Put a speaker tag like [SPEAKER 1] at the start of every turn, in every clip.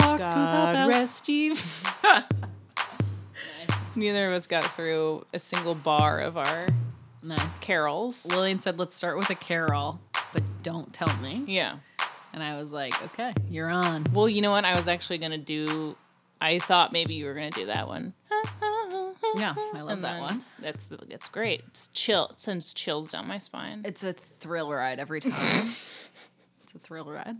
[SPEAKER 1] God
[SPEAKER 2] bell.
[SPEAKER 1] rest ye. Neither of us got through a single bar of our
[SPEAKER 2] Nice.
[SPEAKER 1] carols.
[SPEAKER 2] Lillian said, let's start with a carol, but don't tell me.
[SPEAKER 1] Yeah.
[SPEAKER 2] And I was like, okay, you're on.
[SPEAKER 1] Well, you know what? I was actually gonna do. I thought maybe you were gonna do that one.
[SPEAKER 2] Yeah, I love
[SPEAKER 1] And
[SPEAKER 2] that
[SPEAKER 1] then-
[SPEAKER 2] one.
[SPEAKER 1] That's that's great. It's chill. It sends chills down my spine.
[SPEAKER 2] It's a thrill ride every time. it's a thrill ride.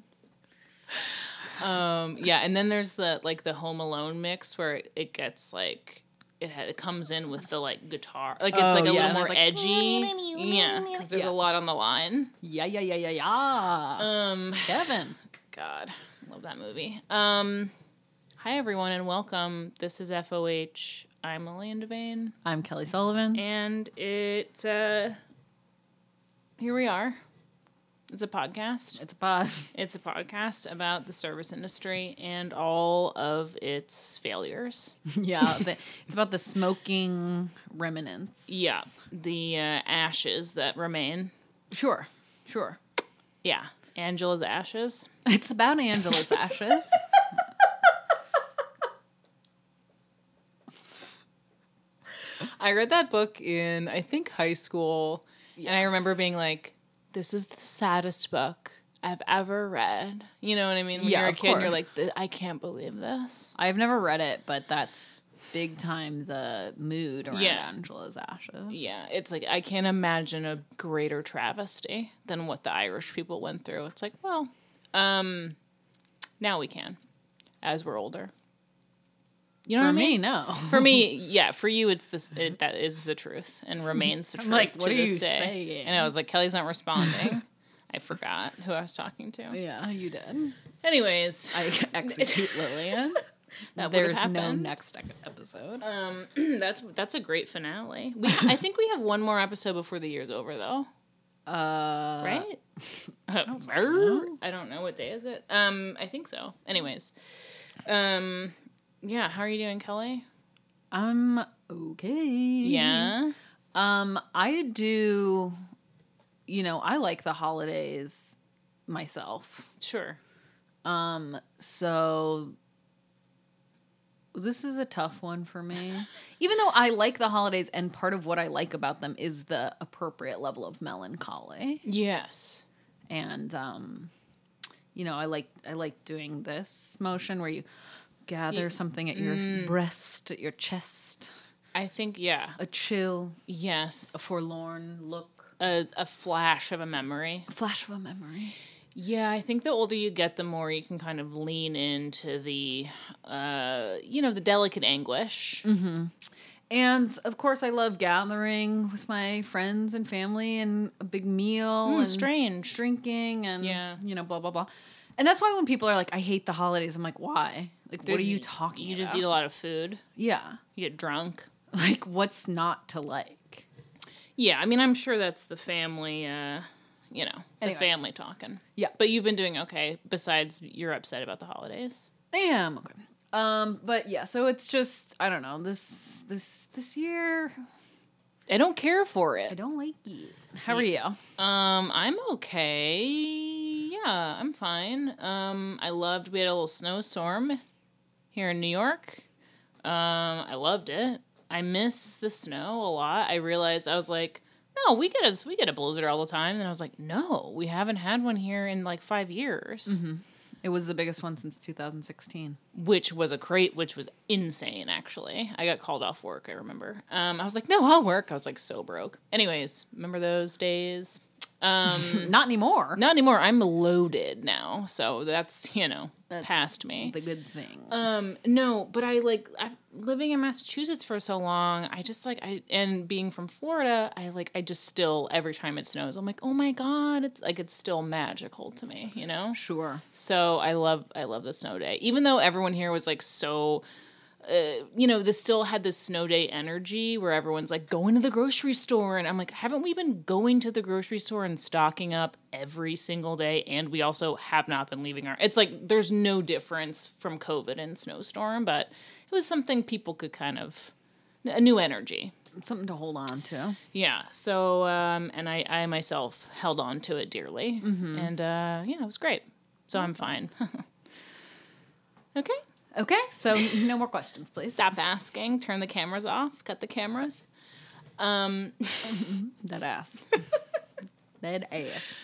[SPEAKER 1] Um, yeah, and then there's the like the Home Alone mix where it, it gets like it, ha- it comes in with the like guitar, like it's
[SPEAKER 2] Oh,
[SPEAKER 1] like a
[SPEAKER 2] yeah,
[SPEAKER 1] little
[SPEAKER 2] and it's
[SPEAKER 1] more
[SPEAKER 2] like-
[SPEAKER 1] edgy. yeah, because there's
[SPEAKER 2] Yeah.
[SPEAKER 1] a lot on the line.
[SPEAKER 2] Yeah, yeah, yeah, yeah, yeah.
[SPEAKER 1] Um,
[SPEAKER 2] Kevin.
[SPEAKER 1] God, love that movie. Um, hi everyone and welcome. This is FOH. I'm Lillian Devane,
[SPEAKER 2] I'm Kelly Sullivan.
[SPEAKER 1] and it's uh, here we are. It's a podcast.
[SPEAKER 2] it's a pod.
[SPEAKER 1] It's a podcast about the service industry and all of its failures.
[SPEAKER 2] yeah. the- it's about the smoking remnants.
[SPEAKER 1] Yeah, the uh, ashes that remain.
[SPEAKER 2] Sure. Sure.
[SPEAKER 1] Yeah, Angela's ashes.
[SPEAKER 2] It's about Angela's ashes.
[SPEAKER 1] I read that book in I think high school, and I remember being like, "This is the saddest book I've ever read." You know what I mean? When
[SPEAKER 2] Yeah,
[SPEAKER 1] you're a
[SPEAKER 2] of
[SPEAKER 1] kid, and you're
[SPEAKER 2] course.
[SPEAKER 1] like, "Th- "I can't believe this."
[SPEAKER 2] I've never read it, but that's big time the mood around
[SPEAKER 1] Yeah.
[SPEAKER 2] Angela's ashes.
[SPEAKER 1] Yeah, it's like I can't imagine a greater travesty than what the Irish people went through. It's like, well, um, now we can, as we're older. You know
[SPEAKER 2] For
[SPEAKER 1] what I mean?
[SPEAKER 2] me, no.
[SPEAKER 1] For me, yeah. For you, it's this. It, that is the truth and remains the
[SPEAKER 2] I'm
[SPEAKER 1] truth.
[SPEAKER 2] like,
[SPEAKER 1] to
[SPEAKER 2] what are
[SPEAKER 1] this
[SPEAKER 2] you
[SPEAKER 1] day.
[SPEAKER 2] saying?
[SPEAKER 1] And I was like, Kelly's not responding. I forgot who I was talking to.
[SPEAKER 2] Yeah, Oh, you did.
[SPEAKER 1] Anyways,
[SPEAKER 2] I execute Lillian.
[SPEAKER 1] That would've
[SPEAKER 2] There's no
[SPEAKER 1] happened.
[SPEAKER 2] next ec- episode.
[SPEAKER 1] um, that's that's a great finale. We, I think we have one more episode before the year's over, though,
[SPEAKER 2] Uh,
[SPEAKER 1] right? I don't,
[SPEAKER 2] know.
[SPEAKER 1] know what day is it. Um, I think so. Anyways, um, yeah. How are you doing, Kelly?
[SPEAKER 2] I'm okay. Mm-hmm.
[SPEAKER 1] Yeah.
[SPEAKER 2] Um, I do. You know, I like the holidays myself.
[SPEAKER 1] Sure.
[SPEAKER 2] Um, so this is a tough one for me. Even though I like the holidays and part of what I like about them is the appropriate level of melancholy.
[SPEAKER 1] Yes.
[SPEAKER 2] And um you know, I like I like doing this motion where you gather
[SPEAKER 1] Ye-
[SPEAKER 2] something at your
[SPEAKER 1] Mm.
[SPEAKER 2] breast, at your chest,
[SPEAKER 1] I think yeah.
[SPEAKER 2] a chill,
[SPEAKER 1] Yes.
[SPEAKER 2] a forlorn look,
[SPEAKER 1] a, a flash of a memory.
[SPEAKER 2] a flash of a memory.
[SPEAKER 1] Yeah, I think the older you get, the more you can kind of lean into the, uh, you know, the delicate anguish.
[SPEAKER 2] Mm-hmm. And of course, I love gathering with my friends and family and a big meal
[SPEAKER 1] Mm,
[SPEAKER 2] and
[SPEAKER 1] strange.
[SPEAKER 2] drinking and
[SPEAKER 1] Yeah.
[SPEAKER 2] you know blah blah blah. And that's why when people are like, "I hate the holidays," I'm like, "Why? Like, what
[SPEAKER 1] There's-
[SPEAKER 2] are you talking?
[SPEAKER 1] You just
[SPEAKER 2] about?
[SPEAKER 1] eat a lot of food.
[SPEAKER 2] Yeah,
[SPEAKER 1] You get drunk.
[SPEAKER 2] like what's not to like?
[SPEAKER 1] Yeah, I mean, I'm sure that's the family, uh, you know, the
[SPEAKER 2] Anyway.
[SPEAKER 1] family talking.
[SPEAKER 2] Yeah.
[SPEAKER 1] But you've been doing okay, besides you're upset about the holidays.
[SPEAKER 2] Damn. Okay. Um, but yeah, so it's just I don't know this this this year.
[SPEAKER 1] I don't care for
[SPEAKER 2] I
[SPEAKER 1] it.
[SPEAKER 2] don't like it. How are you?
[SPEAKER 1] Um, I'm okay. Yeah, I'm fine. Um, I loved. We had a little snowstorm here in New York. Um, I loved it. I miss the snow a lot. I realized I was like, no, we get a we get a blizzard all the time, and I was like, no, we haven't had one here in like five years,
[SPEAKER 2] Mhm. It was the biggest one since 2016.
[SPEAKER 1] which was a crate, which was insane. Actually, I got called off work. I remember. Um, I was like, no, I'll work. I was like so broke. Anyways, remember those days. Um,
[SPEAKER 2] Not anymore.
[SPEAKER 1] Not anymore. I'm loaded now, so that's you know
[SPEAKER 2] That's
[SPEAKER 1] past me.
[SPEAKER 2] the good thing.
[SPEAKER 1] um, no, but I like I've, living in Massachusetts for so long. I just like I and being from Florida, I like I just still every time it snows, I'm like, oh my god, it's like it's still magical to me, you know.
[SPEAKER 2] sure.
[SPEAKER 1] So I love I love the snow day, even though everyone here was like so. Uh, you know, this still had this snow day energy where everyone's like going to the grocery store, and I'm like, haven't we been going to the grocery store and stocking up every single day? And we also have not been leaving our. It's like there's no difference from COVID and snowstorm, but it was something people could kind of a new energy.
[SPEAKER 2] something to hold on to.
[SPEAKER 1] Yeah. So, um, and I, I myself held on to it Mm-hmm. dearly, and uh, yeah, it was great. So I'm fine. okay.
[SPEAKER 2] Okay, so no more questions, please.
[SPEAKER 1] Stop asking. Turn the cameras off. Cut the cameras. Um,
[SPEAKER 2] That ass. that ass.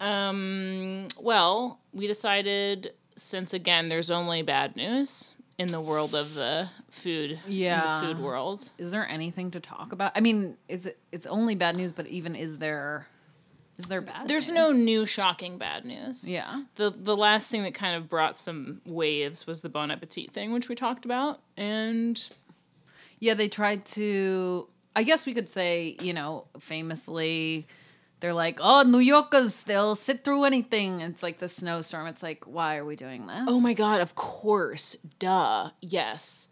[SPEAKER 1] um, well, we decided since again there's only bad news in the world of the food, in
[SPEAKER 2] Yeah.
[SPEAKER 1] the food world.
[SPEAKER 2] Is there anything to talk about? I mean, it's it's only bad news, but even is there is there bad?
[SPEAKER 1] There's
[SPEAKER 2] news?
[SPEAKER 1] no new shocking bad news.
[SPEAKER 2] Yeah.
[SPEAKER 1] The the last thing that kind of brought some waves was the Bon Appetit thing, which we talked about, and
[SPEAKER 2] Yeah, they tried to. I guess we could say, you know, famously, they're like, "Oh, New Yorkers, they'll sit through anything." It's like the snowstorm. It's like, why are we doing this?
[SPEAKER 1] Oh my god, of course. Duh. Yes.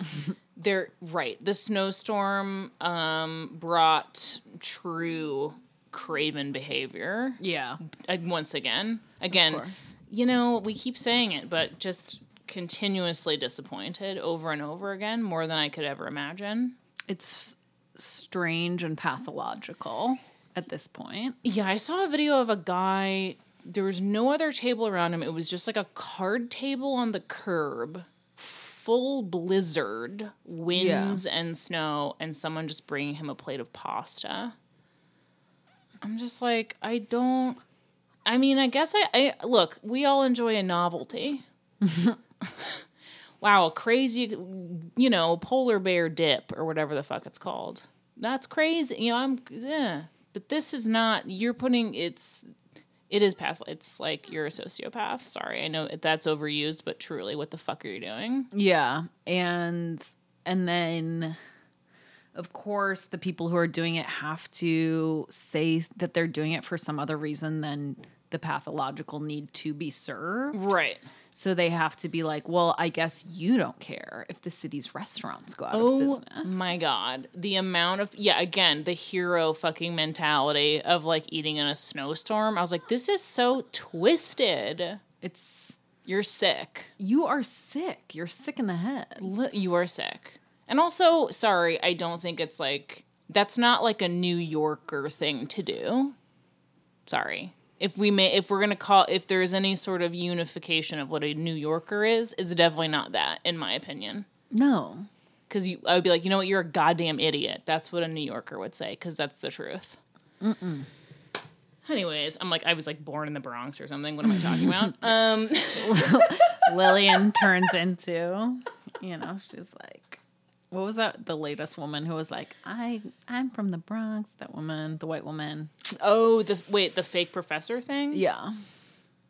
[SPEAKER 1] They're right. The snowstorm um brought true craven behavior
[SPEAKER 2] Yeah,
[SPEAKER 1] uh, once again.
[SPEAKER 2] of
[SPEAKER 1] Again,
[SPEAKER 2] course.
[SPEAKER 1] you know, we keep saying it, but just continuously disappointed over and over again, more than I could ever imagine.
[SPEAKER 2] It's strange and pathological at this point.
[SPEAKER 1] Yeah, I saw a video of a guy. There was no other table around him. It was just like a card table on the curb, full blizzard, winds and snow, and someone just bringing him a plate of pasta. I'm just like, I don't. I mean, I guess I, I look. We all enjoy a novelty. wow, a crazy, you know, polar bear dip or whatever the fuck it's called. That's crazy. You know, I'm. Yeah. But this is not. You're putting it's. It is path. It's like you're a sociopath. Sorry, I know that's overused, but truly, what the fuck are you doing?
[SPEAKER 2] Yeah, and and then of course the people who are doing it have to say that they're doing it for some other reason than the pathological need to be served.
[SPEAKER 1] Right.
[SPEAKER 2] So they have to be like, well, I guess you don't care if the city's restaurants go out
[SPEAKER 1] Oh
[SPEAKER 2] of business.
[SPEAKER 1] my god. The amount of yeah, again, the hero fucking mentality of like eating in a snowstorm. I was like, this is so twisted.
[SPEAKER 2] It's
[SPEAKER 1] You're sick.
[SPEAKER 2] you are sick. You're sick in the head.
[SPEAKER 1] Li- You are sick. And also, sorry, I don't think it's like that's not like a New Yorker thing to do. Sorry. If we may if we're going to call if there's any sort of unification of what a New Yorker is, it's definitely not that in my opinion.
[SPEAKER 2] No.
[SPEAKER 1] Cuz you I would be like, "You know what? You're a goddamn idiot." That's what a New Yorker would say cuz that's the truth. Anyways, I'm like I was like born in the Bronx or something. What am I talking about? Um
[SPEAKER 2] Lillian turns into, you know, she's like, what was that? The latest woman who was like, I I'm from the Bronx. That woman, the white woman.
[SPEAKER 1] oh, the wait, the fake professor thing?
[SPEAKER 2] Yeah.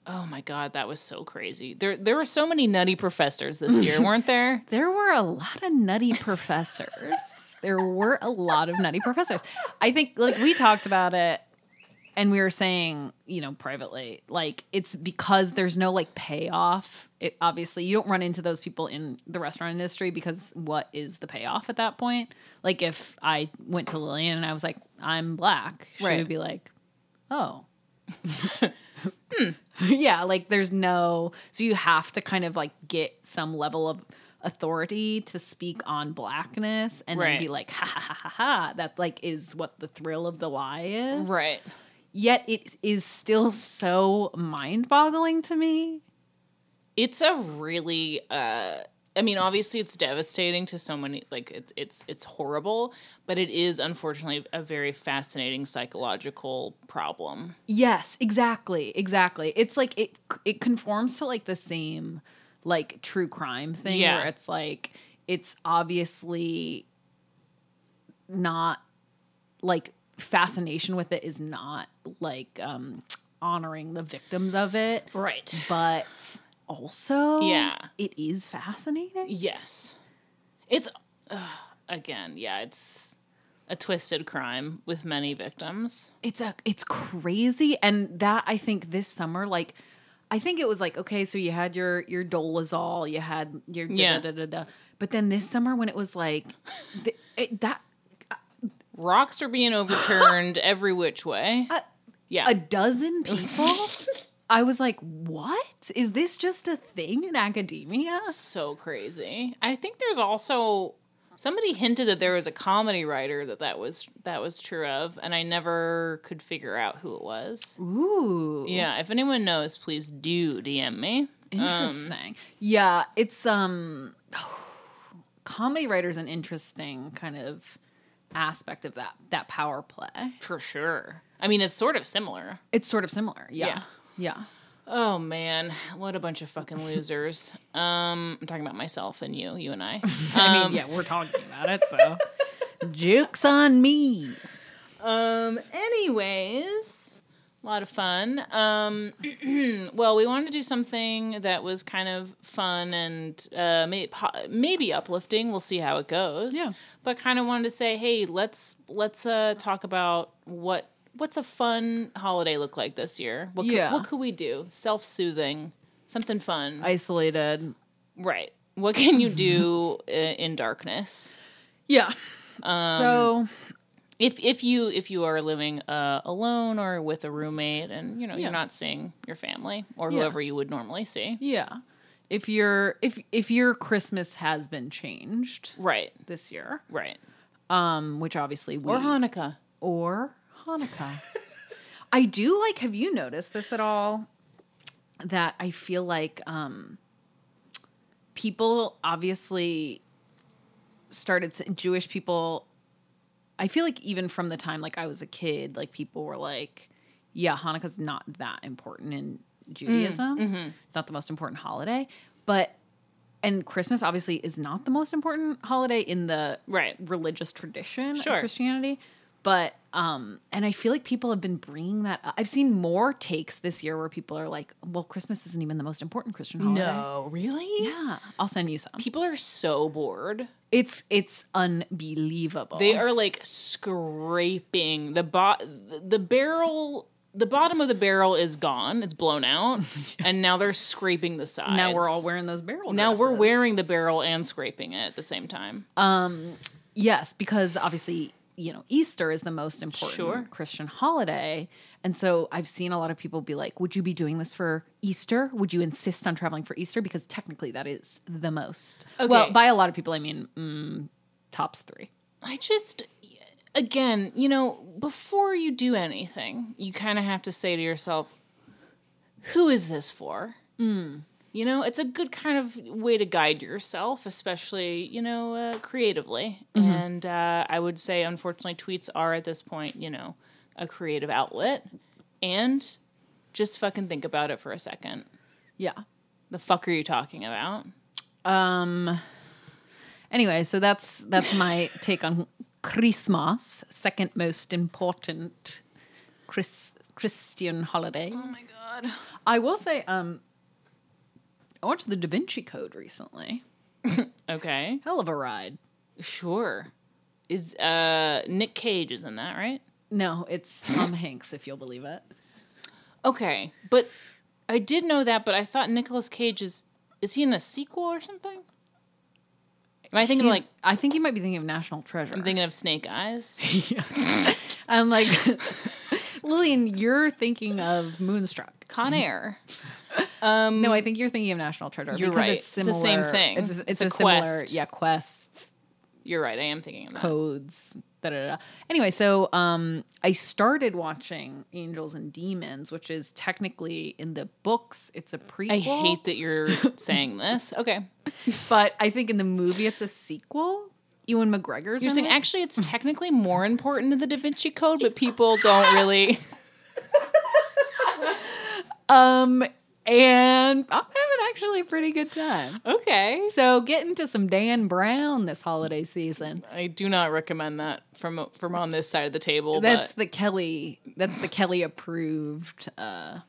[SPEAKER 1] Oh my god, that was so crazy. There there were so many nutty professors this year, weren't there?
[SPEAKER 2] There were a lot of nutty professors. there were a lot of nutty professors. I think, like, we talked about it and we were saying, you know, privately, like, it's because there's no, like, payoff. It, obviously, you don't run into those people in the restaurant industry because what is the payoff at that point? Like, if I went to Lillian and I was like, I'm black, she
[SPEAKER 1] Right.
[SPEAKER 2] would be like, oh. Hmm. yeah like there's no so you have to kind of like get some level of authority to speak on blackness and
[SPEAKER 1] Right.
[SPEAKER 2] then be like ha ha ha ha ha that like is what the thrill of the lie is
[SPEAKER 1] Right.
[SPEAKER 2] yet it is still so mind-boggling to me
[SPEAKER 1] It's a really uh I mean, obviously it's devastating to so many like it's it's it's horrible, but it is unfortunately a very fascinating psychological problem.
[SPEAKER 2] yes exactly exactly it's like it it conforms to like the same like true crime thing
[SPEAKER 1] Yeah.
[SPEAKER 2] where it's like it's obviously not like fascination with it is not like um honoring the victims of it
[SPEAKER 1] Right.
[SPEAKER 2] but also
[SPEAKER 1] Yeah.
[SPEAKER 2] it is fascinating
[SPEAKER 1] Yes. It's ugh, again, yeah, it's a twisted crime with many victims.
[SPEAKER 2] it's a it's crazy and that i think this summer like i think it was like okay so you had your your dolazol you had your
[SPEAKER 1] Yeah.
[SPEAKER 2] da da da da but then this summer when it was like th- it, that
[SPEAKER 1] Rocks are being overturned every which way.
[SPEAKER 2] Uh,
[SPEAKER 1] yeah.
[SPEAKER 2] a dozen people i was like what is this just a thing in academia
[SPEAKER 1] so crazy. I think there's also somebody hinted that there was a comedy writer that that was that was true of, and I never could figure out who it was.
[SPEAKER 2] ooh
[SPEAKER 1] Yeah, if anyone knows, please do DM me. Um,
[SPEAKER 2] Interesting. yeah, it's um comedy writers an interesting kind of aspect of that that power play.
[SPEAKER 1] for sure. I mean, it's sort of similar.
[SPEAKER 2] It's sort of similar. Yeah. Yeah.
[SPEAKER 1] Oh man, what a bunch of fucking losers. um, I'm talking about myself and you, you and I.
[SPEAKER 2] I
[SPEAKER 1] Um,
[SPEAKER 2] mean, yeah, we're talking about it, so jokes on me.
[SPEAKER 1] Um. Anyways, a lot of fun. Um. well, we wanted to do something that was kind of fun and uh, may, po- maybe uplifting. We'll see how it goes.
[SPEAKER 2] Yeah.
[SPEAKER 1] But kind of wanted to say, hey, let's let's uh, talk about what what's a fun holiday look like this year. What
[SPEAKER 2] Yeah.
[SPEAKER 1] Could, what could we do? Self soothing, something fun.
[SPEAKER 2] Isolated.
[SPEAKER 1] right. What can you do uh, in darkness?
[SPEAKER 2] Yeah.
[SPEAKER 1] Um,
[SPEAKER 2] so
[SPEAKER 1] if if you if you are living uh, alone or with a roommate and you know
[SPEAKER 2] Yeah.
[SPEAKER 1] you're not seeing your family or
[SPEAKER 2] Yeah.
[SPEAKER 1] whoever you would normally see
[SPEAKER 2] yeah. If your if if your Christmas has been changed
[SPEAKER 1] right
[SPEAKER 2] this year,
[SPEAKER 1] right
[SPEAKER 2] um, which obviously we
[SPEAKER 1] or hanukkah
[SPEAKER 2] or Hanukkah. I do like, have you noticed this at all? That I feel like um, people obviously started, to, Jewish people, I feel like even from the time like I was a kid, like people were like, yeah, Hanukkah's not that important in Judaism.
[SPEAKER 1] Mm, Mm-hmm.
[SPEAKER 2] It's not the most important holiday. But, and Christmas obviously is not the most important holiday in the
[SPEAKER 1] right
[SPEAKER 2] religious tradition
[SPEAKER 1] Sure.
[SPEAKER 2] of Christianity. But um and I feel like people have been bringing that up. I've seen more takes this year where people are like, "Well, Christmas isn't even the most important Christian holiday."
[SPEAKER 1] really
[SPEAKER 2] Yeah, I'll send you some.
[SPEAKER 1] people are so bored
[SPEAKER 2] It's it's unbelievable.
[SPEAKER 1] they are like scraping the bot the barrel the bottom of the barrel is gone it's blown out and now they're scraping the sides
[SPEAKER 2] now we're all wearing those barrel.
[SPEAKER 1] now we're
[SPEAKER 2] dresses.
[SPEAKER 1] wearing the barrel and scraping it at the same time
[SPEAKER 2] Um, yes, because obviously, you know, Easter is the most important
[SPEAKER 1] Sure.
[SPEAKER 2] Christian holiday. And so I've seen a lot of people be like, would you be doing this for Easter? Would you insist on traveling for Easter? Because technically that is the most. Well,
[SPEAKER 1] Okay.
[SPEAKER 2] by a lot of people, I mean mm, tops three.
[SPEAKER 1] I just, again, you know, before you do anything, you kind of have to say to yourself, who is this for? You know, it's a good kind of way to guide yourself, especially, you know, uh, creatively. And uh, I would say, unfortunately, tweets are at this point, you know, a creative outlet. And just fucking think about it for a second.
[SPEAKER 2] Yeah.
[SPEAKER 1] The fuck are you talking about?
[SPEAKER 2] Um. Anyway, so that's that's my take on Christmas, second most important Chris, Christian holiday.
[SPEAKER 1] Oh my God.
[SPEAKER 2] I will say, um, I watched the Da Vinci Code recently.
[SPEAKER 1] Okay.
[SPEAKER 2] Hell of a ride.
[SPEAKER 1] Sure. Is uh Nick Cage is in that, right?
[SPEAKER 2] No, it's Tom Hanks, if you'll believe it.
[SPEAKER 1] Okay. But I did know that, but I thought Nicolas Cage is is he in a sequel or something? Am I thinking of,
[SPEAKER 2] He's-
[SPEAKER 1] like
[SPEAKER 2] I think you might be thinking of National Treasure.
[SPEAKER 1] I'm thinking of Snake Eyes?
[SPEAKER 2] Yeah. I'm like, Lillian, you're thinking of Moonstruck.
[SPEAKER 1] Con Air. Um
[SPEAKER 2] No, I think you're thinking of National Treasure.
[SPEAKER 1] You're
[SPEAKER 2] because
[SPEAKER 1] right.
[SPEAKER 2] It's
[SPEAKER 1] It's the
[SPEAKER 2] similar.
[SPEAKER 1] same thing.
[SPEAKER 2] It's, a-
[SPEAKER 1] It's
[SPEAKER 2] it's
[SPEAKER 1] a
[SPEAKER 2] a, similar,
[SPEAKER 1] quest.
[SPEAKER 2] yeah, quests,
[SPEAKER 1] you're right, I am thinking of that.
[SPEAKER 2] codes. Da, da, da. Anyway, so um, I started watching Angels and Demons, which is technically in the books, it's a prequel.
[SPEAKER 1] I hate that you're saying this. Okay.
[SPEAKER 2] but I think in the movie it's a sequel. Ewan McGregor's
[SPEAKER 1] You're
[SPEAKER 2] in
[SPEAKER 1] saying
[SPEAKER 2] it.
[SPEAKER 1] actually it's technically more important than the Da Vinci Code, but people don't really
[SPEAKER 2] um, and I'm having actually a pretty good time.
[SPEAKER 1] Okay.
[SPEAKER 2] So get into some Dan Brown this holiday season.
[SPEAKER 1] I do not recommend that from from on this side of the table. but-
[SPEAKER 2] That's the Kelly. That's the Kelly approved uh,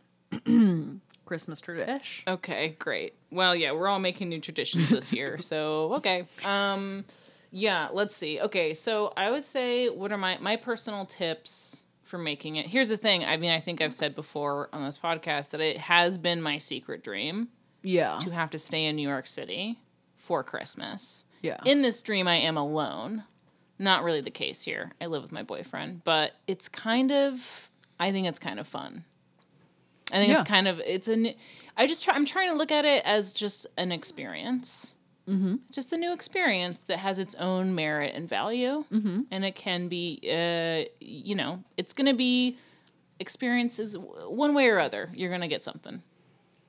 [SPEAKER 2] Christmas tradition.
[SPEAKER 1] Okay, great. Well, yeah, we're all making new traditions this year. So, okay. Um yeah, let's see. Okay, so I would say what are my my personal tips for making it? Here's the thing. I mean, I think I've said before on this podcast that it has been my secret dream
[SPEAKER 2] Yeah,
[SPEAKER 1] to have to stay in New York City for Christmas.
[SPEAKER 2] yeah,
[SPEAKER 1] In this dream I am alone. Not really the case here. I live with my boyfriend, but it's kind of I think it's kind of fun. I think
[SPEAKER 2] Yeah.
[SPEAKER 1] it's kind of it's a new, I just try, I'm trying to look at it as just an experience.
[SPEAKER 2] mm-hmm.
[SPEAKER 1] Just a new experience that has its own merit and value
[SPEAKER 2] Mm-hmm.
[SPEAKER 1] and it can be uh you know, it's going to be experiences w- one way or other. You're going to get something.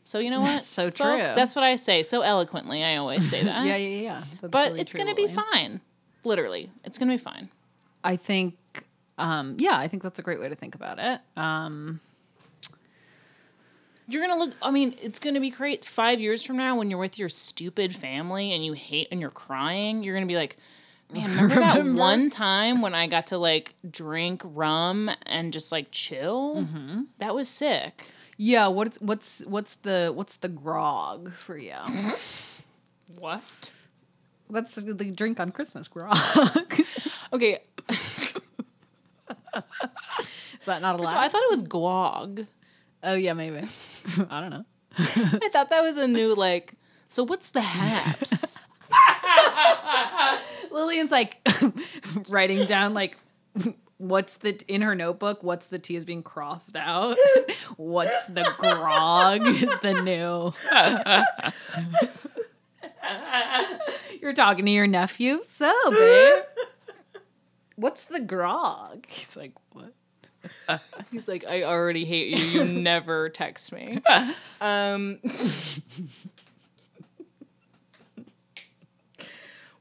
[SPEAKER 1] So you know what?
[SPEAKER 2] That's so
[SPEAKER 1] Folk,
[SPEAKER 2] true.
[SPEAKER 1] That's what I say so eloquently. I always say that.
[SPEAKER 2] yeah, yeah, yeah. That's
[SPEAKER 1] But
[SPEAKER 2] really
[SPEAKER 1] it's
[SPEAKER 2] true,
[SPEAKER 1] going to be
[SPEAKER 2] Lily.
[SPEAKER 1] fine. Literally, it's going to be fine.
[SPEAKER 2] I think, um, yeah, I think that's a great way to think about it. Um,
[SPEAKER 1] You're gonna look. I mean, it's gonna be great. Five years from now, when you're with your stupid family and you hate and you're crying, you're gonna be like, "Man, remember that
[SPEAKER 2] Remember?
[SPEAKER 1] one time when I got to like drink rum and just like chill?
[SPEAKER 2] Mm-hmm.
[SPEAKER 1] That was sick."
[SPEAKER 2] yeah, what's what's what's the what's the grog for you?
[SPEAKER 1] What?
[SPEAKER 2] That's the, the drink on Christmas grog. Is
[SPEAKER 1] Okay, so
[SPEAKER 2] that not allowed?
[SPEAKER 1] I thought it was glog.
[SPEAKER 2] oh yeah, maybe. I don't know.
[SPEAKER 1] I thought that was a new like. So what's the haps?
[SPEAKER 2] Lillian's like writing down like what's the in her notebook what's the t is being crossed out what's the grog is the new you're talking to your nephew so babe what's the grog he's like what
[SPEAKER 1] He's like, I already hate you. You never text me. Um,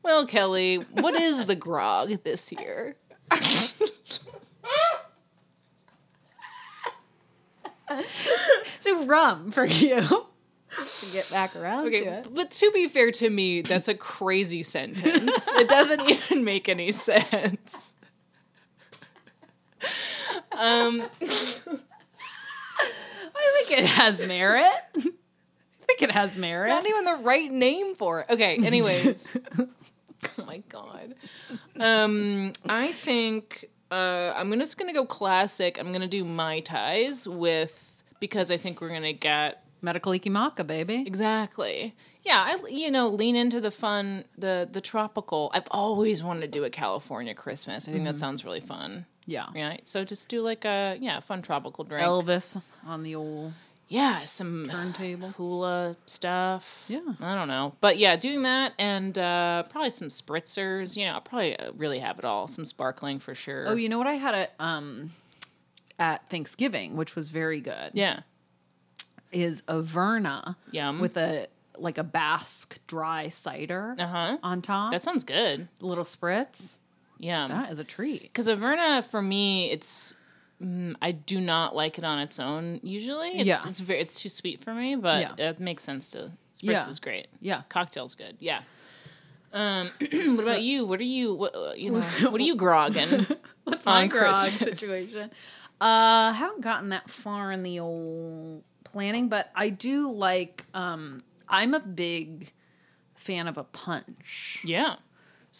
[SPEAKER 1] well, Kelly, what is the grog this year?
[SPEAKER 2] so rum for you to get back around to
[SPEAKER 1] Okay,
[SPEAKER 2] it
[SPEAKER 1] but to be fair to me, that's a crazy sentence. It doesn't even make any sense. Um,
[SPEAKER 2] i think it has merit i think it has merit
[SPEAKER 1] not even the right name for it. Okay, anyways. Oh my god. Um, I think uh, I'm gonna- just gonna go classic. I'm gonna do my ties with because I think we're gonna get
[SPEAKER 2] medical ikimaka baby
[SPEAKER 1] exactly. Yeah, I you know lean into the fun, the the tropical. I've always wanted to do a California Christmas. I think that sounds really fun.
[SPEAKER 2] yeah
[SPEAKER 1] Yeah, so just do like a yeah a fun tropical drink.
[SPEAKER 2] Elvis on the old
[SPEAKER 1] yeah, some
[SPEAKER 2] turntable.
[SPEAKER 1] hula stuff.
[SPEAKER 2] Yeah.
[SPEAKER 1] I don't know. But yeah, doing that and uh, probably some spritzers. You know, I'll probably uh, really have it all. Some sparkling for sure.
[SPEAKER 2] Oh, you know what I had at um at Thanksgiving, which was very good,
[SPEAKER 1] yeah.
[SPEAKER 2] is a Verna
[SPEAKER 1] Yum.
[SPEAKER 2] with a like a Basque dry cider
[SPEAKER 1] uh huh.
[SPEAKER 2] on top.
[SPEAKER 1] That sounds good.
[SPEAKER 2] Uh-huh. little spritz.
[SPEAKER 1] Yum.
[SPEAKER 2] That is a treat.
[SPEAKER 1] Because Averna, for me, it's. Mm, I do not like it on its own usually. It's,
[SPEAKER 2] Yeah.
[SPEAKER 1] It's, very, it's too sweet for me, but
[SPEAKER 2] Yeah.
[SPEAKER 1] it makes sense to. Spritz
[SPEAKER 2] Yeah.
[SPEAKER 1] is great.
[SPEAKER 2] Yeah.
[SPEAKER 1] Cocktail's good. Yeah. Um, what about you? What are you? What uh, you know? What are you grogging?
[SPEAKER 2] What's
[SPEAKER 1] On
[SPEAKER 2] my grog
[SPEAKER 1] Christmas.
[SPEAKER 2] situation? Uh haven't gotten that far in the old planning, but I do like um I'm a big fan of a punch.
[SPEAKER 1] yeah.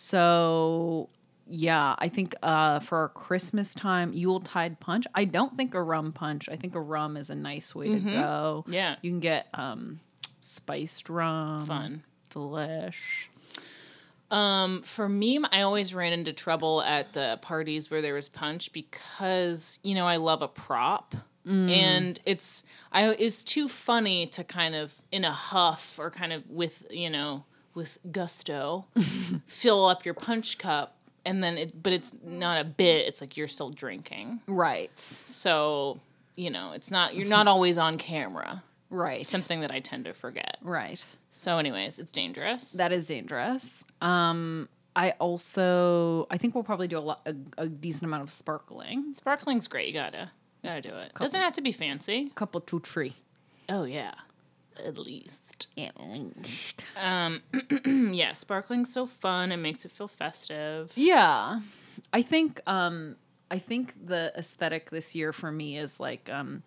[SPEAKER 2] So yeah, I think uh, for our Christmas time Yuletide punch. I don't think a rum punch. I think a rum is a nice way
[SPEAKER 1] Mhm.
[SPEAKER 2] to go.
[SPEAKER 1] Yeah.
[SPEAKER 2] You can get um, spiced rum.
[SPEAKER 1] Fun.
[SPEAKER 2] delish.
[SPEAKER 1] Um, for me, m- I always ran into trouble at uh, parties where there was punch because you know I love a prop, and it's I it's too funny to kind of in a huff or kind of with you know with gusto fill up your punch cup, and then it but it's not a bit. It's like you're still drinking,
[SPEAKER 2] Right.
[SPEAKER 1] so you know it's not you're not always on camera.
[SPEAKER 2] Right.
[SPEAKER 1] Something that I tend to forget.
[SPEAKER 2] Right.
[SPEAKER 1] So, anyways, it's dangerous.
[SPEAKER 2] That is dangerous. Um, I also I think we'll probably do a lot a, a decent amount of sparkling.
[SPEAKER 1] Sparkling's great. You gotta gotta do it. Doesn't have to be fancy.
[SPEAKER 2] Couple two tree.
[SPEAKER 1] Oh yeah, at least.
[SPEAKER 2] At
[SPEAKER 1] Um, yeah, sparkling's so fun. It makes it feel festive.
[SPEAKER 2] Yeah. I think um I think the aesthetic this year for me is like um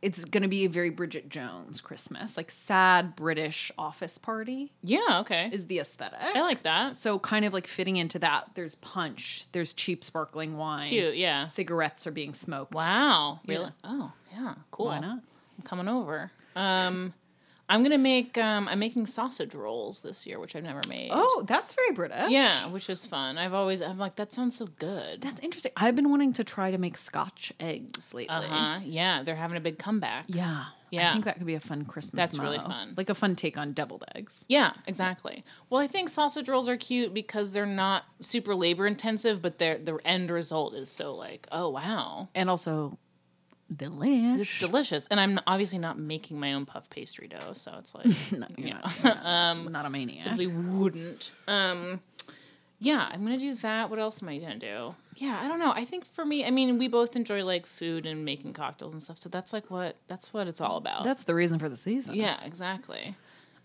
[SPEAKER 2] it's going to be a very Bridget Jones Christmas, like sad British office party
[SPEAKER 1] Yeah. Okay.
[SPEAKER 2] is the aesthetic.
[SPEAKER 1] I like that.
[SPEAKER 2] So kind of like fitting into that, there's punch, there's cheap sparkling wine.
[SPEAKER 1] Cute. Yeah.
[SPEAKER 2] Cigarettes are being smoked.
[SPEAKER 1] Wow. Really?
[SPEAKER 2] Yeah.
[SPEAKER 1] Oh yeah. Cool.
[SPEAKER 2] Why not?
[SPEAKER 1] I'm coming over. Um, I'm gonna make. Um, I'm making sausage rolls this year, which I've never made.
[SPEAKER 2] Oh, that's very British.
[SPEAKER 1] Yeah, which is fun. I've always. I'm like that sounds so good.
[SPEAKER 2] That's interesting. I've been wanting to try to make scotch eggs lately.
[SPEAKER 1] Uh huh. Yeah, they're having a big comeback.
[SPEAKER 2] Yeah.
[SPEAKER 1] Yeah.
[SPEAKER 2] I think that could be a fun Christmas
[SPEAKER 1] That's really
[SPEAKER 2] mo.
[SPEAKER 1] fun.
[SPEAKER 2] Like a fun take on deviled eggs.
[SPEAKER 1] Yeah, exactly. Well, I think sausage rolls are cute because they're not super labor intensive, but they're the end result is so like, oh wow,
[SPEAKER 2] and also delish.
[SPEAKER 1] It's delicious, and I'm obviously not making my own puff pastry dough, so it's like
[SPEAKER 2] no, you're
[SPEAKER 1] yeah.
[SPEAKER 2] not, you're not,
[SPEAKER 1] Um,
[SPEAKER 2] not a maniac.
[SPEAKER 1] simply wouldn't. Um, yeah, I'm gonna do that. What else am I gonna do? Yeah, I don't know. I think for me, I mean, we both enjoy like food and making cocktails and stuff, so that's like what that's what it's all about.
[SPEAKER 2] That's the reason for the season.
[SPEAKER 1] yeah, exactly.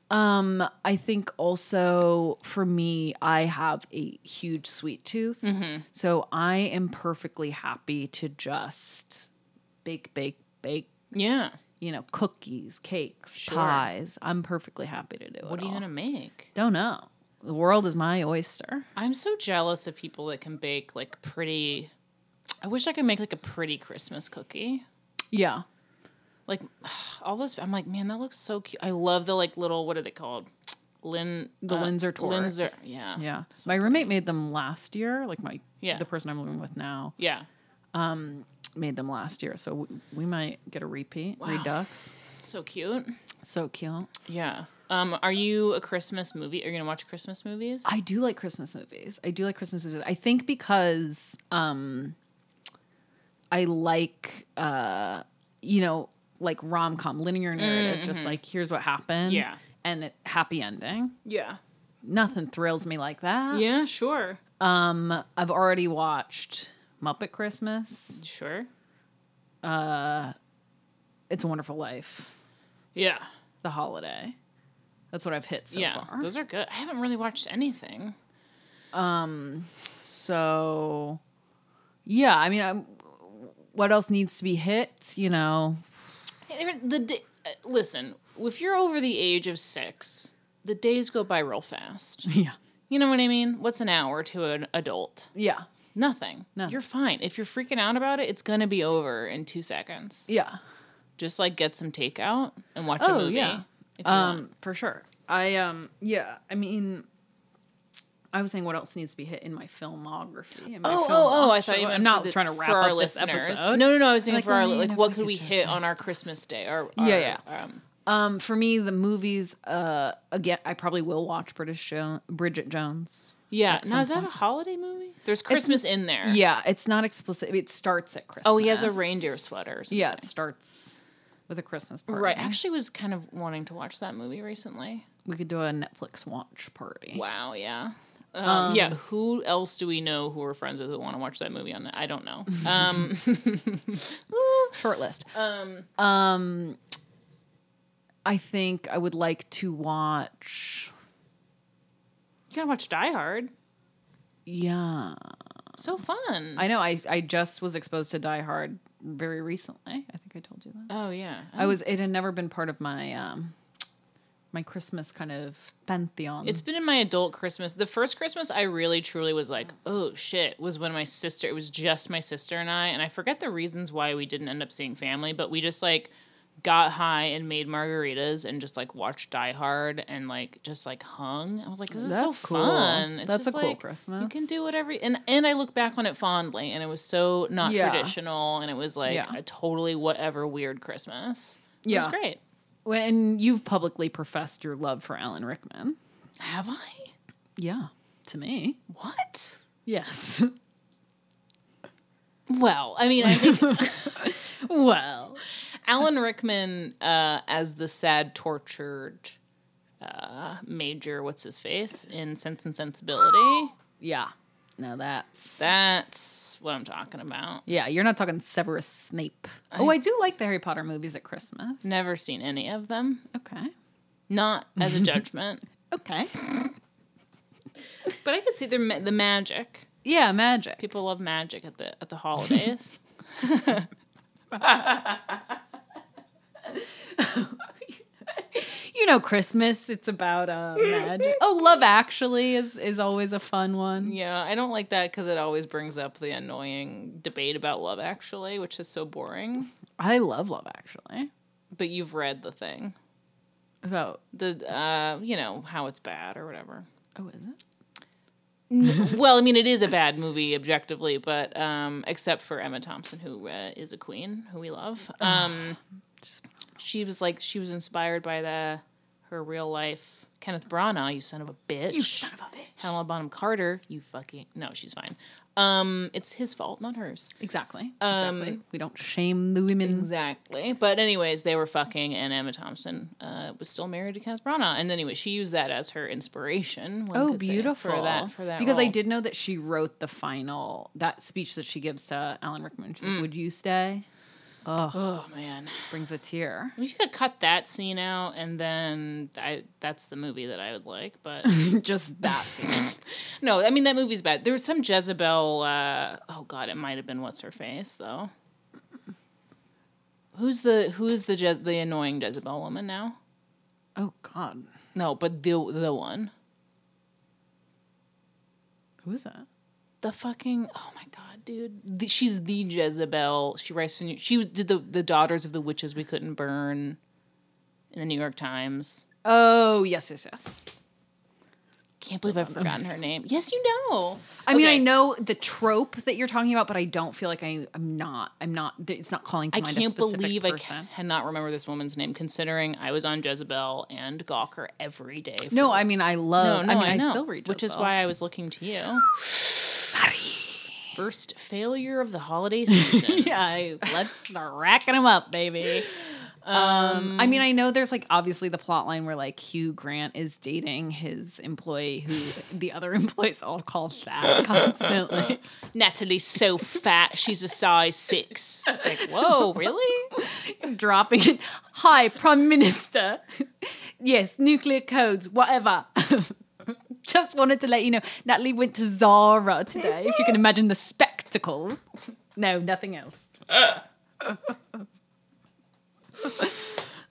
[SPEAKER 2] Um, I think also for me, I have a huge sweet tooth.
[SPEAKER 1] Mm-hmm.
[SPEAKER 2] So I am perfectly happy to just bake, bake, bake,
[SPEAKER 1] Yeah.
[SPEAKER 2] you know, cookies, cakes,
[SPEAKER 1] Sure.
[SPEAKER 2] pies. I'm perfectly happy to do it.
[SPEAKER 1] What are you
[SPEAKER 2] all.
[SPEAKER 1] gonna make?
[SPEAKER 2] Don't know. The world is my oyster.
[SPEAKER 1] I'm so jealous of people that can bake like pretty. I wish I could make like a pretty Christmas cookie.
[SPEAKER 2] Yeah.
[SPEAKER 1] Like all those, I'm like, man, that looks so cute. I love the like little what are they called? Lin uh,
[SPEAKER 2] The Linzer torte.
[SPEAKER 1] Linzer, yeah,
[SPEAKER 2] Yeah. my roommate made them last year. Like my
[SPEAKER 1] Yeah.
[SPEAKER 2] the person I'm living with now
[SPEAKER 1] yeah.
[SPEAKER 2] um made them last year. So we, we might get a repeat,
[SPEAKER 1] Wow.
[SPEAKER 2] redux.
[SPEAKER 1] So cute.
[SPEAKER 2] So cute.
[SPEAKER 1] Yeah. Um, are you a Christmas movie? Are you gonna watch Christmas movies?
[SPEAKER 2] I do like Christmas movies. I do like Christmas movies. I think because um I like uh you know like rom com linear narrative, just like here's what happened.
[SPEAKER 1] Mm, mm-hmm. Yeah.
[SPEAKER 2] And it, happy ending.
[SPEAKER 1] yeah.
[SPEAKER 2] Nothing thrills me like that.
[SPEAKER 1] Yeah, sure.
[SPEAKER 2] Um I've already watched Muppet Christmas, Uh,
[SPEAKER 1] Sure.
[SPEAKER 2] It's a Wonderful Life,
[SPEAKER 1] Yeah.
[SPEAKER 2] The Holiday. That's what I've hit so
[SPEAKER 1] yeah.
[SPEAKER 2] far.
[SPEAKER 1] Those are good. I haven't really watched anything.
[SPEAKER 2] So, yeah, I mean, I'm, what else needs to be hit? You know,
[SPEAKER 1] There- The da- uh, listen, if you're over the age of six, the days go by real fast.
[SPEAKER 2] yeah,
[SPEAKER 1] You know what I mean? What's an hour to an adult?
[SPEAKER 2] yeah,
[SPEAKER 1] Nothing.
[SPEAKER 2] No.
[SPEAKER 1] You're fine. If you're freaking out about it, it's gonna be over in two seconds.
[SPEAKER 2] yeah.
[SPEAKER 1] Just like get some takeout and watch a
[SPEAKER 2] Oh,
[SPEAKER 1] movie.
[SPEAKER 2] yeah.
[SPEAKER 1] if you want.
[SPEAKER 2] Um, for sure. I um, yeah. I mean, I was saying what else needs to be hit in my filmography. in my
[SPEAKER 1] Oh,
[SPEAKER 2] film
[SPEAKER 1] oh, oh! I
[SPEAKER 2] watch.
[SPEAKER 1] thought you.
[SPEAKER 2] I'm
[SPEAKER 1] meant
[SPEAKER 2] not
[SPEAKER 1] for the-
[SPEAKER 2] trying to wrap
[SPEAKER 1] for
[SPEAKER 2] up
[SPEAKER 1] our
[SPEAKER 2] this
[SPEAKER 1] listeners.
[SPEAKER 2] episode.
[SPEAKER 1] No, no, no. I was thinking
[SPEAKER 2] Like,
[SPEAKER 1] for our
[SPEAKER 2] oh, yeah,
[SPEAKER 1] like,
[SPEAKER 2] if
[SPEAKER 1] what
[SPEAKER 2] we
[SPEAKER 1] could
[SPEAKER 2] could
[SPEAKER 1] we
[SPEAKER 2] just
[SPEAKER 1] hit on
[SPEAKER 2] miss
[SPEAKER 1] our
[SPEAKER 2] stuff.
[SPEAKER 1] Christmas day? Or
[SPEAKER 2] Yeah,
[SPEAKER 1] our,
[SPEAKER 2] yeah.
[SPEAKER 1] Um,
[SPEAKER 2] Um, for me, the movies. Uh, again, I probably will watch British jo- Bridget Jones.
[SPEAKER 1] yeah.
[SPEAKER 2] some
[SPEAKER 1] Now is that a
[SPEAKER 2] point.
[SPEAKER 1] holiday movie? There's Christmas in there.
[SPEAKER 2] Yeah, it's not explicit. It starts at Christmas.
[SPEAKER 1] Oh, he has a reindeer sweater. Or something.
[SPEAKER 2] Yeah, it starts with a Christmas party.
[SPEAKER 1] Right. I actually was kind of wanting to watch that movie recently.
[SPEAKER 2] we could do a Netflix watch party.
[SPEAKER 1] Wow. Yeah. Um,
[SPEAKER 2] Um,
[SPEAKER 1] yeah. Who else do we know who we're friends with who want to watch that movie on? that? I don't know. Um,
[SPEAKER 2] Short list.
[SPEAKER 1] um,
[SPEAKER 2] Um, I think I would like to watch.
[SPEAKER 1] you gotta watch Die Hard.
[SPEAKER 2] Yeah,
[SPEAKER 1] So fun.
[SPEAKER 2] I know. I I just was exposed to Die Hard very recently. I think I told you that.
[SPEAKER 1] oh yeah.
[SPEAKER 2] I was. It had never been part of my um, my Christmas kind of pantheon.
[SPEAKER 1] It's been in my adult Christmas. The first Christmas I really truly was like, oh shit, was when my sister, it was just my sister and I. And I forget the reasons why we didn't end up seeing family, but we just like got high and made margaritas and just like watched Die Hard and like just like hung. I was like, this is
[SPEAKER 2] That's
[SPEAKER 1] so
[SPEAKER 2] cool.
[SPEAKER 1] fun.
[SPEAKER 2] That's a
[SPEAKER 1] just,
[SPEAKER 2] cool
[SPEAKER 1] like,
[SPEAKER 2] Christmas.
[SPEAKER 1] You can do whatever. you- And, and I look back on it fondly and it was so not
[SPEAKER 2] Yeah.
[SPEAKER 1] traditional and it was like
[SPEAKER 2] Yeah.
[SPEAKER 1] a totally whatever weird Christmas. It
[SPEAKER 2] Yeah.
[SPEAKER 1] was great.
[SPEAKER 2] and you've publicly professed your love for Alan Rickman.
[SPEAKER 1] Have I?
[SPEAKER 2] Yeah, to me.
[SPEAKER 1] What?
[SPEAKER 2] Yes.
[SPEAKER 1] Well, I mean, I think
[SPEAKER 2] well,
[SPEAKER 1] Alan Rickman uh, as the sad, tortured uh, major, what's his face in Sense and Sensibility.
[SPEAKER 2] yeah. No, that's
[SPEAKER 1] That's what I'm talking about.
[SPEAKER 2] Yeah, you're not talking Severus Snape. oh, I do like the Harry Potter movies at Christmas.
[SPEAKER 1] Never seen any of them.
[SPEAKER 2] Okay.
[SPEAKER 1] Not as a judgment,
[SPEAKER 2] Okay.
[SPEAKER 1] but I could see the ma- the magic.
[SPEAKER 2] Yeah, magic.
[SPEAKER 1] People love magic at the at the holidays.
[SPEAKER 2] you know, Christmas. It's about uh, magic. oh, Love Actually is is always a fun one.
[SPEAKER 1] yeah, I don't like that because it always brings up the annoying debate about love, actually, which is so boring.
[SPEAKER 2] I love Love Actually.
[SPEAKER 1] But you've read the thing.
[SPEAKER 2] About
[SPEAKER 1] the uh, you know how it's bad or whatever.
[SPEAKER 2] oh, is it?
[SPEAKER 1] well, I mean, it is a bad movie objectively, but um, except for Emma Thompson, who uh, is a queen who we love. Um,
[SPEAKER 2] Just-
[SPEAKER 1] she was like she was inspired by the her real life Kenneth Branagh. You son of a bitch.
[SPEAKER 2] of a bitch.
[SPEAKER 1] Helena Bonham Carter. You fucking no, she's fine. Um, it's his fault, not hers.
[SPEAKER 2] Exactly.
[SPEAKER 1] Um,
[SPEAKER 2] exactly. We don't shame the women.
[SPEAKER 1] Exactly. But anyways, they were fucking, and Emma Thompson uh, was still married to Kenneth Branagh, and anyway, she used that as her inspiration. one
[SPEAKER 2] Oh,
[SPEAKER 1] could say,
[SPEAKER 2] beautiful!
[SPEAKER 1] for that for that
[SPEAKER 2] because I
[SPEAKER 1] role.
[SPEAKER 2] did know that she wrote the final that speech that she gives to Alan Rickman. She's like,
[SPEAKER 1] Mm.
[SPEAKER 2] "Would you stay?" Oh,
[SPEAKER 1] Oh man,
[SPEAKER 2] brings a tear.
[SPEAKER 1] we should have cut that scene out, and then I, that's the movie that I would like. But
[SPEAKER 2] Just that scene.
[SPEAKER 1] no, I mean that movie's bad. There was some Jezebel. Uh, oh God, it might have been what's her face though. Who's the who's the Je- the annoying Jezebel woman now?
[SPEAKER 2] Oh God,
[SPEAKER 1] No, but the the one.
[SPEAKER 2] who is that?
[SPEAKER 1] the fucking oh my god, dude! The, she's the Jezebel. She writes for New, she was, did the the daughters of the witches we couldn't burn in the New York Times.
[SPEAKER 2] Oh yes, yes, yes.
[SPEAKER 1] Can't believe I've forgotten her name. Yes, you know.
[SPEAKER 2] I mean, I
[SPEAKER 1] Okay.
[SPEAKER 2] know the trope that you're talking about, but I don't feel like I, I'm not. I'm not. It's not calling to
[SPEAKER 1] I
[SPEAKER 2] mind
[SPEAKER 1] can't
[SPEAKER 2] a specific
[SPEAKER 1] believe I
[SPEAKER 2] person.
[SPEAKER 1] ca- cannot remember this woman's name, considering I was on Jezebel and Gawker every day. for-
[SPEAKER 2] no, I mean I
[SPEAKER 1] no,
[SPEAKER 2] love.
[SPEAKER 1] no,
[SPEAKER 2] I mean I,
[SPEAKER 1] know,
[SPEAKER 2] still read,
[SPEAKER 1] which is
[SPEAKER 2] Jezebel.
[SPEAKER 1] why I was looking to you. First failure of the holiday season.
[SPEAKER 2] yeah, I- let's start racking them up, baby. Um, I mean, I know there's like obviously the plot line where like Hugh Grant is dating his employee who the other employees all call fat constantly.
[SPEAKER 1] Natalie's so fat, she's a size six. It's like, whoa, really?
[SPEAKER 2] Dropping it. Hi, Prime Minister. Yes, nuclear codes, whatever. Just wanted to let you know. Natalie went to Zara today, if you can imagine the spectacle. No, nothing else.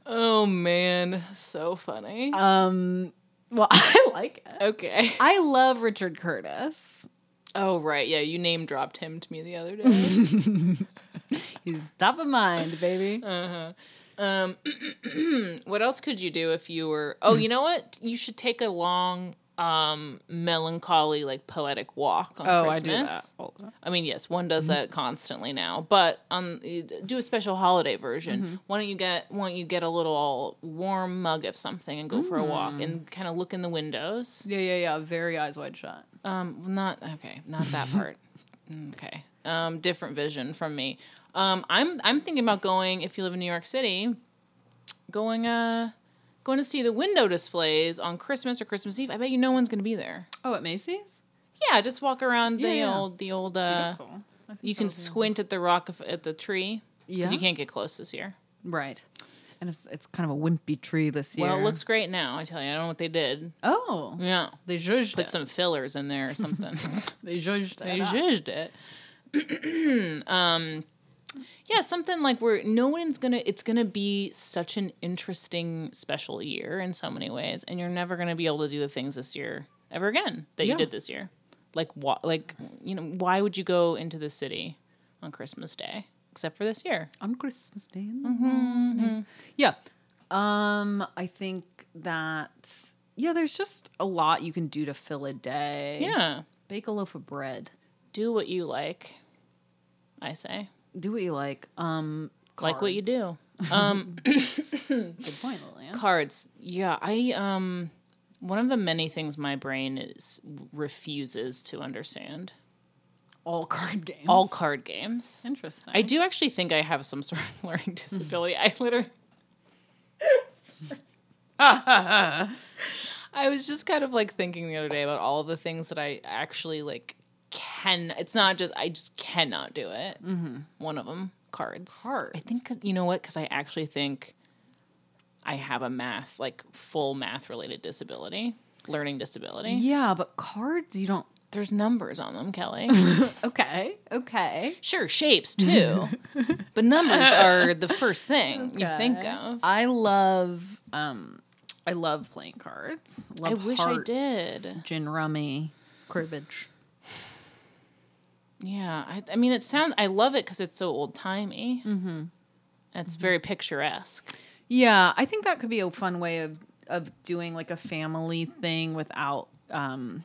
[SPEAKER 1] Oh man, so funny.
[SPEAKER 2] Um, well, I like it.
[SPEAKER 1] okay.
[SPEAKER 2] I love Richard Curtis.
[SPEAKER 1] Oh right, yeah, you name dropped him to me the other day.
[SPEAKER 2] He's top of mind, baby.
[SPEAKER 1] uh-huh. Um, what else could you do if you were? Oh, you know what? You should take a long, um, melancholy, like poetic walk on Christmas.
[SPEAKER 2] all the time.
[SPEAKER 1] I mean, yes, one does that constantly now, but um, do a special holiday version. Why don't you get why don't you get a little warm mug of something and go for a walk and kind of look in the windows?
[SPEAKER 2] Yeah, yeah, yeah. Very eyes wide shut.
[SPEAKER 1] Um, not okay, not that part. okay, um, different vision from me. Um, I'm I'm thinking about going if you live in New York City, going uh, going to see the window displays on Christmas or Christmas Eve. I bet you no one's going to be there.
[SPEAKER 2] Oh, at Macy's?
[SPEAKER 1] Yeah, just walk around the
[SPEAKER 2] Yeah, yeah.
[SPEAKER 1] old the old uh,
[SPEAKER 2] I think
[SPEAKER 1] you
[SPEAKER 2] that
[SPEAKER 1] can
[SPEAKER 2] was-
[SPEAKER 1] squint at the rock of, at the tree
[SPEAKER 2] Yeah.
[SPEAKER 1] because you can't get close this year.
[SPEAKER 2] Right. And it's, it's kind of a wimpy tree this year.
[SPEAKER 1] Well, it looks great now. I tell you, I don't know what they did.
[SPEAKER 2] Oh.
[SPEAKER 1] Yeah,
[SPEAKER 2] They judged
[SPEAKER 1] put
[SPEAKER 2] it.
[SPEAKER 1] some fillers in there or something.
[SPEAKER 2] they judged
[SPEAKER 1] they
[SPEAKER 2] it. up.
[SPEAKER 1] zhuzhed it. um, yeah, something like where no one's gonna. It's gonna be such an interesting special year in so many ways, and you're never gonna be able to do the things this year ever again that
[SPEAKER 2] Yeah.
[SPEAKER 1] you did this year. Like why? Like you know, why would you go into the city on Christmas Day except for this year?
[SPEAKER 2] on Christmas Day. In the
[SPEAKER 1] Mm-hmm.
[SPEAKER 2] morning. Yeah. Um, I think that yeah, there's just a lot you can do to fill a day.
[SPEAKER 1] Yeah.
[SPEAKER 2] Bake a loaf of bread.
[SPEAKER 1] do what you like. I say,
[SPEAKER 2] Do what you like. Um
[SPEAKER 1] like what you
[SPEAKER 2] cards.
[SPEAKER 1] do. Um,
[SPEAKER 2] Good point, Lillian.
[SPEAKER 1] cards. Yeah, I um, one of the many things my brain is refuses to understand.
[SPEAKER 2] all card games.
[SPEAKER 1] All card games.
[SPEAKER 2] Interesting.
[SPEAKER 1] I do actually think I have some sort of learning disability. I literally, I was just kind of like thinking the other day about all of the things that I actually like can. It's not just I just cannot do it.
[SPEAKER 2] mm-hmm.
[SPEAKER 1] One of them, cards.
[SPEAKER 2] Cards.
[SPEAKER 1] I think 'cause- you know what? Because I actually think I have a math, like full math related disability, learning disability.
[SPEAKER 2] Yeah, but cards you don't.
[SPEAKER 1] There's numbers on them, Kelly.
[SPEAKER 2] okay, okay.
[SPEAKER 1] sure, shapes too, but numbers are the first thing you think
[SPEAKER 2] Okay.
[SPEAKER 1] of.
[SPEAKER 2] I love, um, I love playing cards. Love
[SPEAKER 1] I wish I did.
[SPEAKER 2] gin rummy, cribbage.
[SPEAKER 1] Yeah, I, I mean, it sounds. I love it because it's so old timey.
[SPEAKER 2] Mm-hmm.
[SPEAKER 1] It's very picturesque.
[SPEAKER 2] Yeah, I think that could be a fun way of of doing like a family thing without um,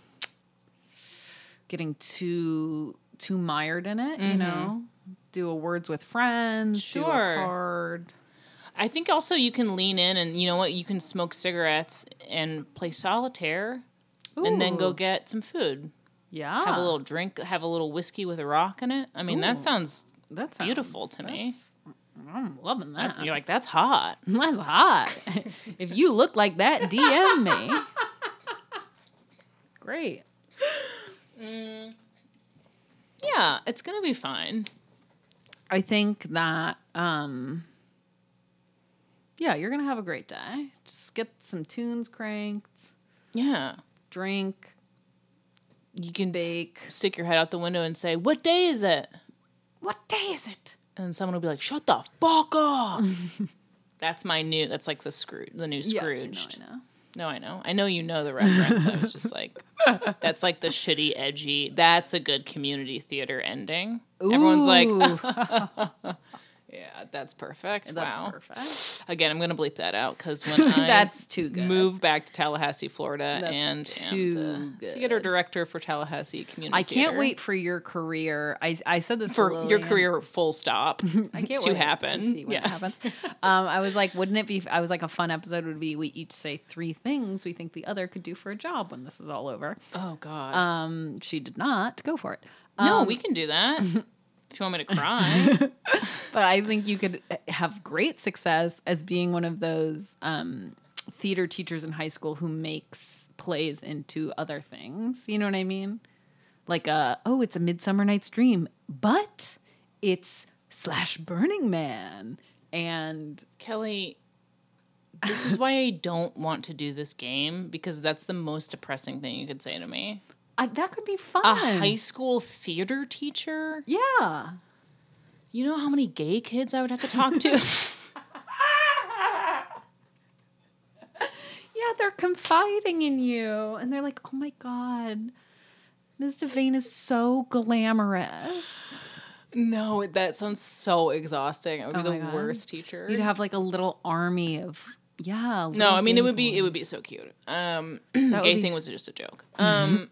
[SPEAKER 2] getting too too mired in it. You
[SPEAKER 1] Mhm.
[SPEAKER 2] know, do a words with friends. do a
[SPEAKER 1] Sure.
[SPEAKER 2] card.
[SPEAKER 1] I think also you can lean in and you know what? You can smoke cigarettes and play solitaire, and then go
[SPEAKER 2] Ooh.
[SPEAKER 1] get some food.
[SPEAKER 2] Yeah.
[SPEAKER 1] Have a little drink, have a little whiskey with a rock in it. I mean,
[SPEAKER 2] Ah. Ooh.
[SPEAKER 1] that sounds
[SPEAKER 2] that's
[SPEAKER 1] beautiful to me.
[SPEAKER 2] I'm loving that.
[SPEAKER 1] that- you're like that's hot.
[SPEAKER 2] That's hot. if you look like that, DM me. Great.
[SPEAKER 1] Mm. Yeah, it's gonna be fine.
[SPEAKER 2] I think that um yeah, you're gonna have a great day. Just get some tunes cranked,
[SPEAKER 1] Yeah,
[SPEAKER 2] drink,
[SPEAKER 1] you can s-
[SPEAKER 2] bake.
[SPEAKER 1] stick your head out the window and say, "What day is it?"
[SPEAKER 2] What day is it?
[SPEAKER 1] And someone will be like, "Shut the fuck up." that's my new. That's like the screw. The new
[SPEAKER 2] Yeah,
[SPEAKER 1] Scrooged.
[SPEAKER 2] I know, I know.
[SPEAKER 1] No, I know. I know you know the reference. I was just like, that's like the shitty, edgy. That's a good community theater ending. Everyone's like,
[SPEAKER 2] Ooh.
[SPEAKER 1] yeah, that's perfect.
[SPEAKER 2] That's
[SPEAKER 1] wow.
[SPEAKER 2] perfect.
[SPEAKER 1] Again, I'm gonna bleep that out because when I
[SPEAKER 2] That's too good.
[SPEAKER 1] move back to Tallahassee, Florida,
[SPEAKER 2] That's
[SPEAKER 1] and
[SPEAKER 2] too
[SPEAKER 1] am the theater
[SPEAKER 2] good.
[SPEAKER 1] director for Tallahassee Community.
[SPEAKER 2] I can't
[SPEAKER 1] Theater.
[SPEAKER 2] wait for your career. I I said this to
[SPEAKER 1] for your
[SPEAKER 2] Lillian.
[SPEAKER 1] career. Full stop.
[SPEAKER 2] I can't
[SPEAKER 1] to
[SPEAKER 2] wait
[SPEAKER 1] happen.
[SPEAKER 2] To see when it
[SPEAKER 1] Yeah.
[SPEAKER 2] happens. Um, I was like, wouldn't it be? I was like, a fun episode would be we each say three things we think the other could do for a job when this is all over.
[SPEAKER 1] oh God.
[SPEAKER 2] Um, she did not go for it.
[SPEAKER 1] no,
[SPEAKER 2] Um,
[SPEAKER 1] we can do that. if you want me to cry,
[SPEAKER 2] but I think you could have great success as being one of those um, theater teachers in high school who makes plays into other things. You know what I mean? Like, uh, oh, it's a Midsummer Night's Dream, but it's slash Burning Man. And
[SPEAKER 1] Kelly. This is why I don't want to do this game because that's the most depressing thing you could say to me.
[SPEAKER 2] I, that could be fun.
[SPEAKER 1] A high school theater teacher?
[SPEAKER 2] yeah.
[SPEAKER 1] You know how many gay kids I would have to talk to?
[SPEAKER 2] Yeah, they're confiding in you. And they're like, oh my God, Ms. Devane is so glamorous.
[SPEAKER 1] no, that sounds so exhausting. I would
[SPEAKER 2] Oh
[SPEAKER 1] be
[SPEAKER 2] my
[SPEAKER 1] the
[SPEAKER 2] God.
[SPEAKER 1] worst teacher.
[SPEAKER 2] You'd have like a little army of, yeah.
[SPEAKER 1] No,
[SPEAKER 2] little
[SPEAKER 1] I mean
[SPEAKER 2] gay
[SPEAKER 1] it would be it would
[SPEAKER 2] boys.
[SPEAKER 1] be so cute. Um
[SPEAKER 2] would
[SPEAKER 1] gay
[SPEAKER 2] be Mm-hmm.
[SPEAKER 1] thing
[SPEAKER 2] s-
[SPEAKER 1] was just a joke. Um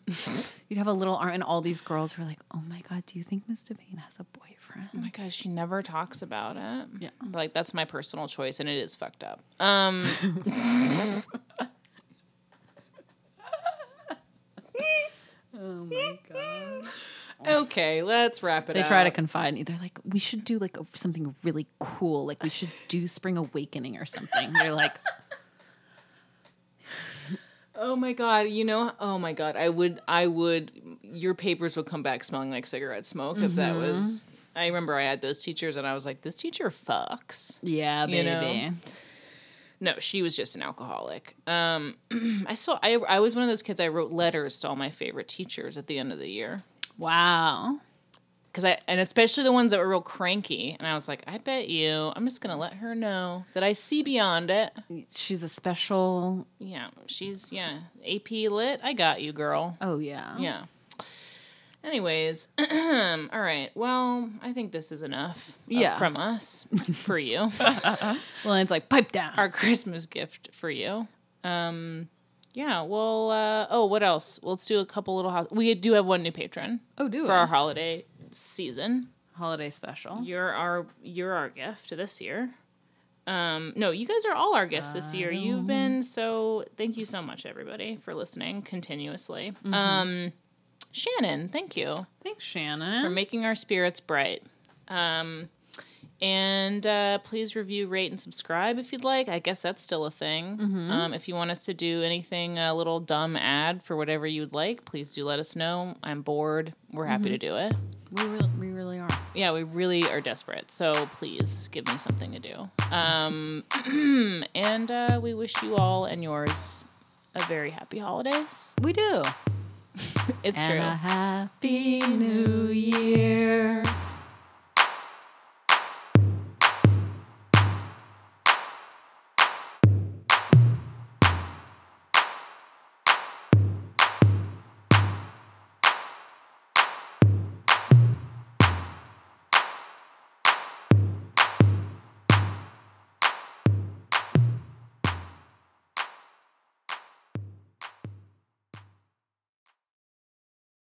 [SPEAKER 2] You'd have a little army. And all these girls were like, oh my God, do you think Ms. Devane has a
[SPEAKER 1] oh
[SPEAKER 2] boyfriend?
[SPEAKER 1] my gosh, she never talks about it.
[SPEAKER 2] Yeah.
[SPEAKER 1] But, like that's my personal choice and it is fucked up. Um
[SPEAKER 2] Oh my God.
[SPEAKER 1] okay, let's wrap it
[SPEAKER 2] They
[SPEAKER 1] up.
[SPEAKER 2] try to confide in you. They're like, we should do like a, something really cool. Like we should do Spring Awakening or something. They're like,
[SPEAKER 1] Oh my god, you know, oh my god, I would I would your papers would come back smelling like cigarette smoke if that was I remember I had those teachers and I was like, this teacher fucks.
[SPEAKER 2] yeah, baby.
[SPEAKER 1] You know? No, she was just an alcoholic. Um, I still, I, I was one of those kids. I wrote letters to all my favorite teachers at the end of the year
[SPEAKER 2] Wow.
[SPEAKER 1] because I, and especially the ones that were real cranky. And I was like, I bet you, I'm just gonna let her know that I see beyond it.
[SPEAKER 2] She's a special.
[SPEAKER 1] Yeah, she's yeah, AP lit. I got you, girl.
[SPEAKER 2] Oh yeah.
[SPEAKER 1] Yeah. Anyways, all right. Well, I think this is enough. uh,
[SPEAKER 2] Yeah.
[SPEAKER 1] from us for you.
[SPEAKER 2] Well, it's like pipe down.
[SPEAKER 1] our Christmas gift for you. Um, yeah, well, uh, oh, what else? Well, let's do a couple little. House- we do have one new patron
[SPEAKER 2] oh, do
[SPEAKER 1] for our holiday season.
[SPEAKER 2] holiday special.
[SPEAKER 1] You're our you're our gift this year. Um, no, you guys are all our gifts this year. You've been so. Thank you so much, everybody, for listening continuously.
[SPEAKER 2] Mm-hmm.
[SPEAKER 1] Um, Shannon, thank you
[SPEAKER 2] Thanks,
[SPEAKER 1] for
[SPEAKER 2] Shannon.
[SPEAKER 1] making our spirits bright. Um, and uh, please review, rate, and subscribe if you'd like. I guess that's still a thing. Um, if you want us to do anything, a little dumb ad for whatever you'd like, please do let us know. I'm bored. We're happy to do it.
[SPEAKER 2] we really, we really are.
[SPEAKER 1] Yeah, we really are desperate. So please give me something to do. Um, and uh, we wish you all and yours a very happy holidays.
[SPEAKER 2] We do.
[SPEAKER 1] It's
[SPEAKER 2] and
[SPEAKER 1] true.
[SPEAKER 2] a happy new year.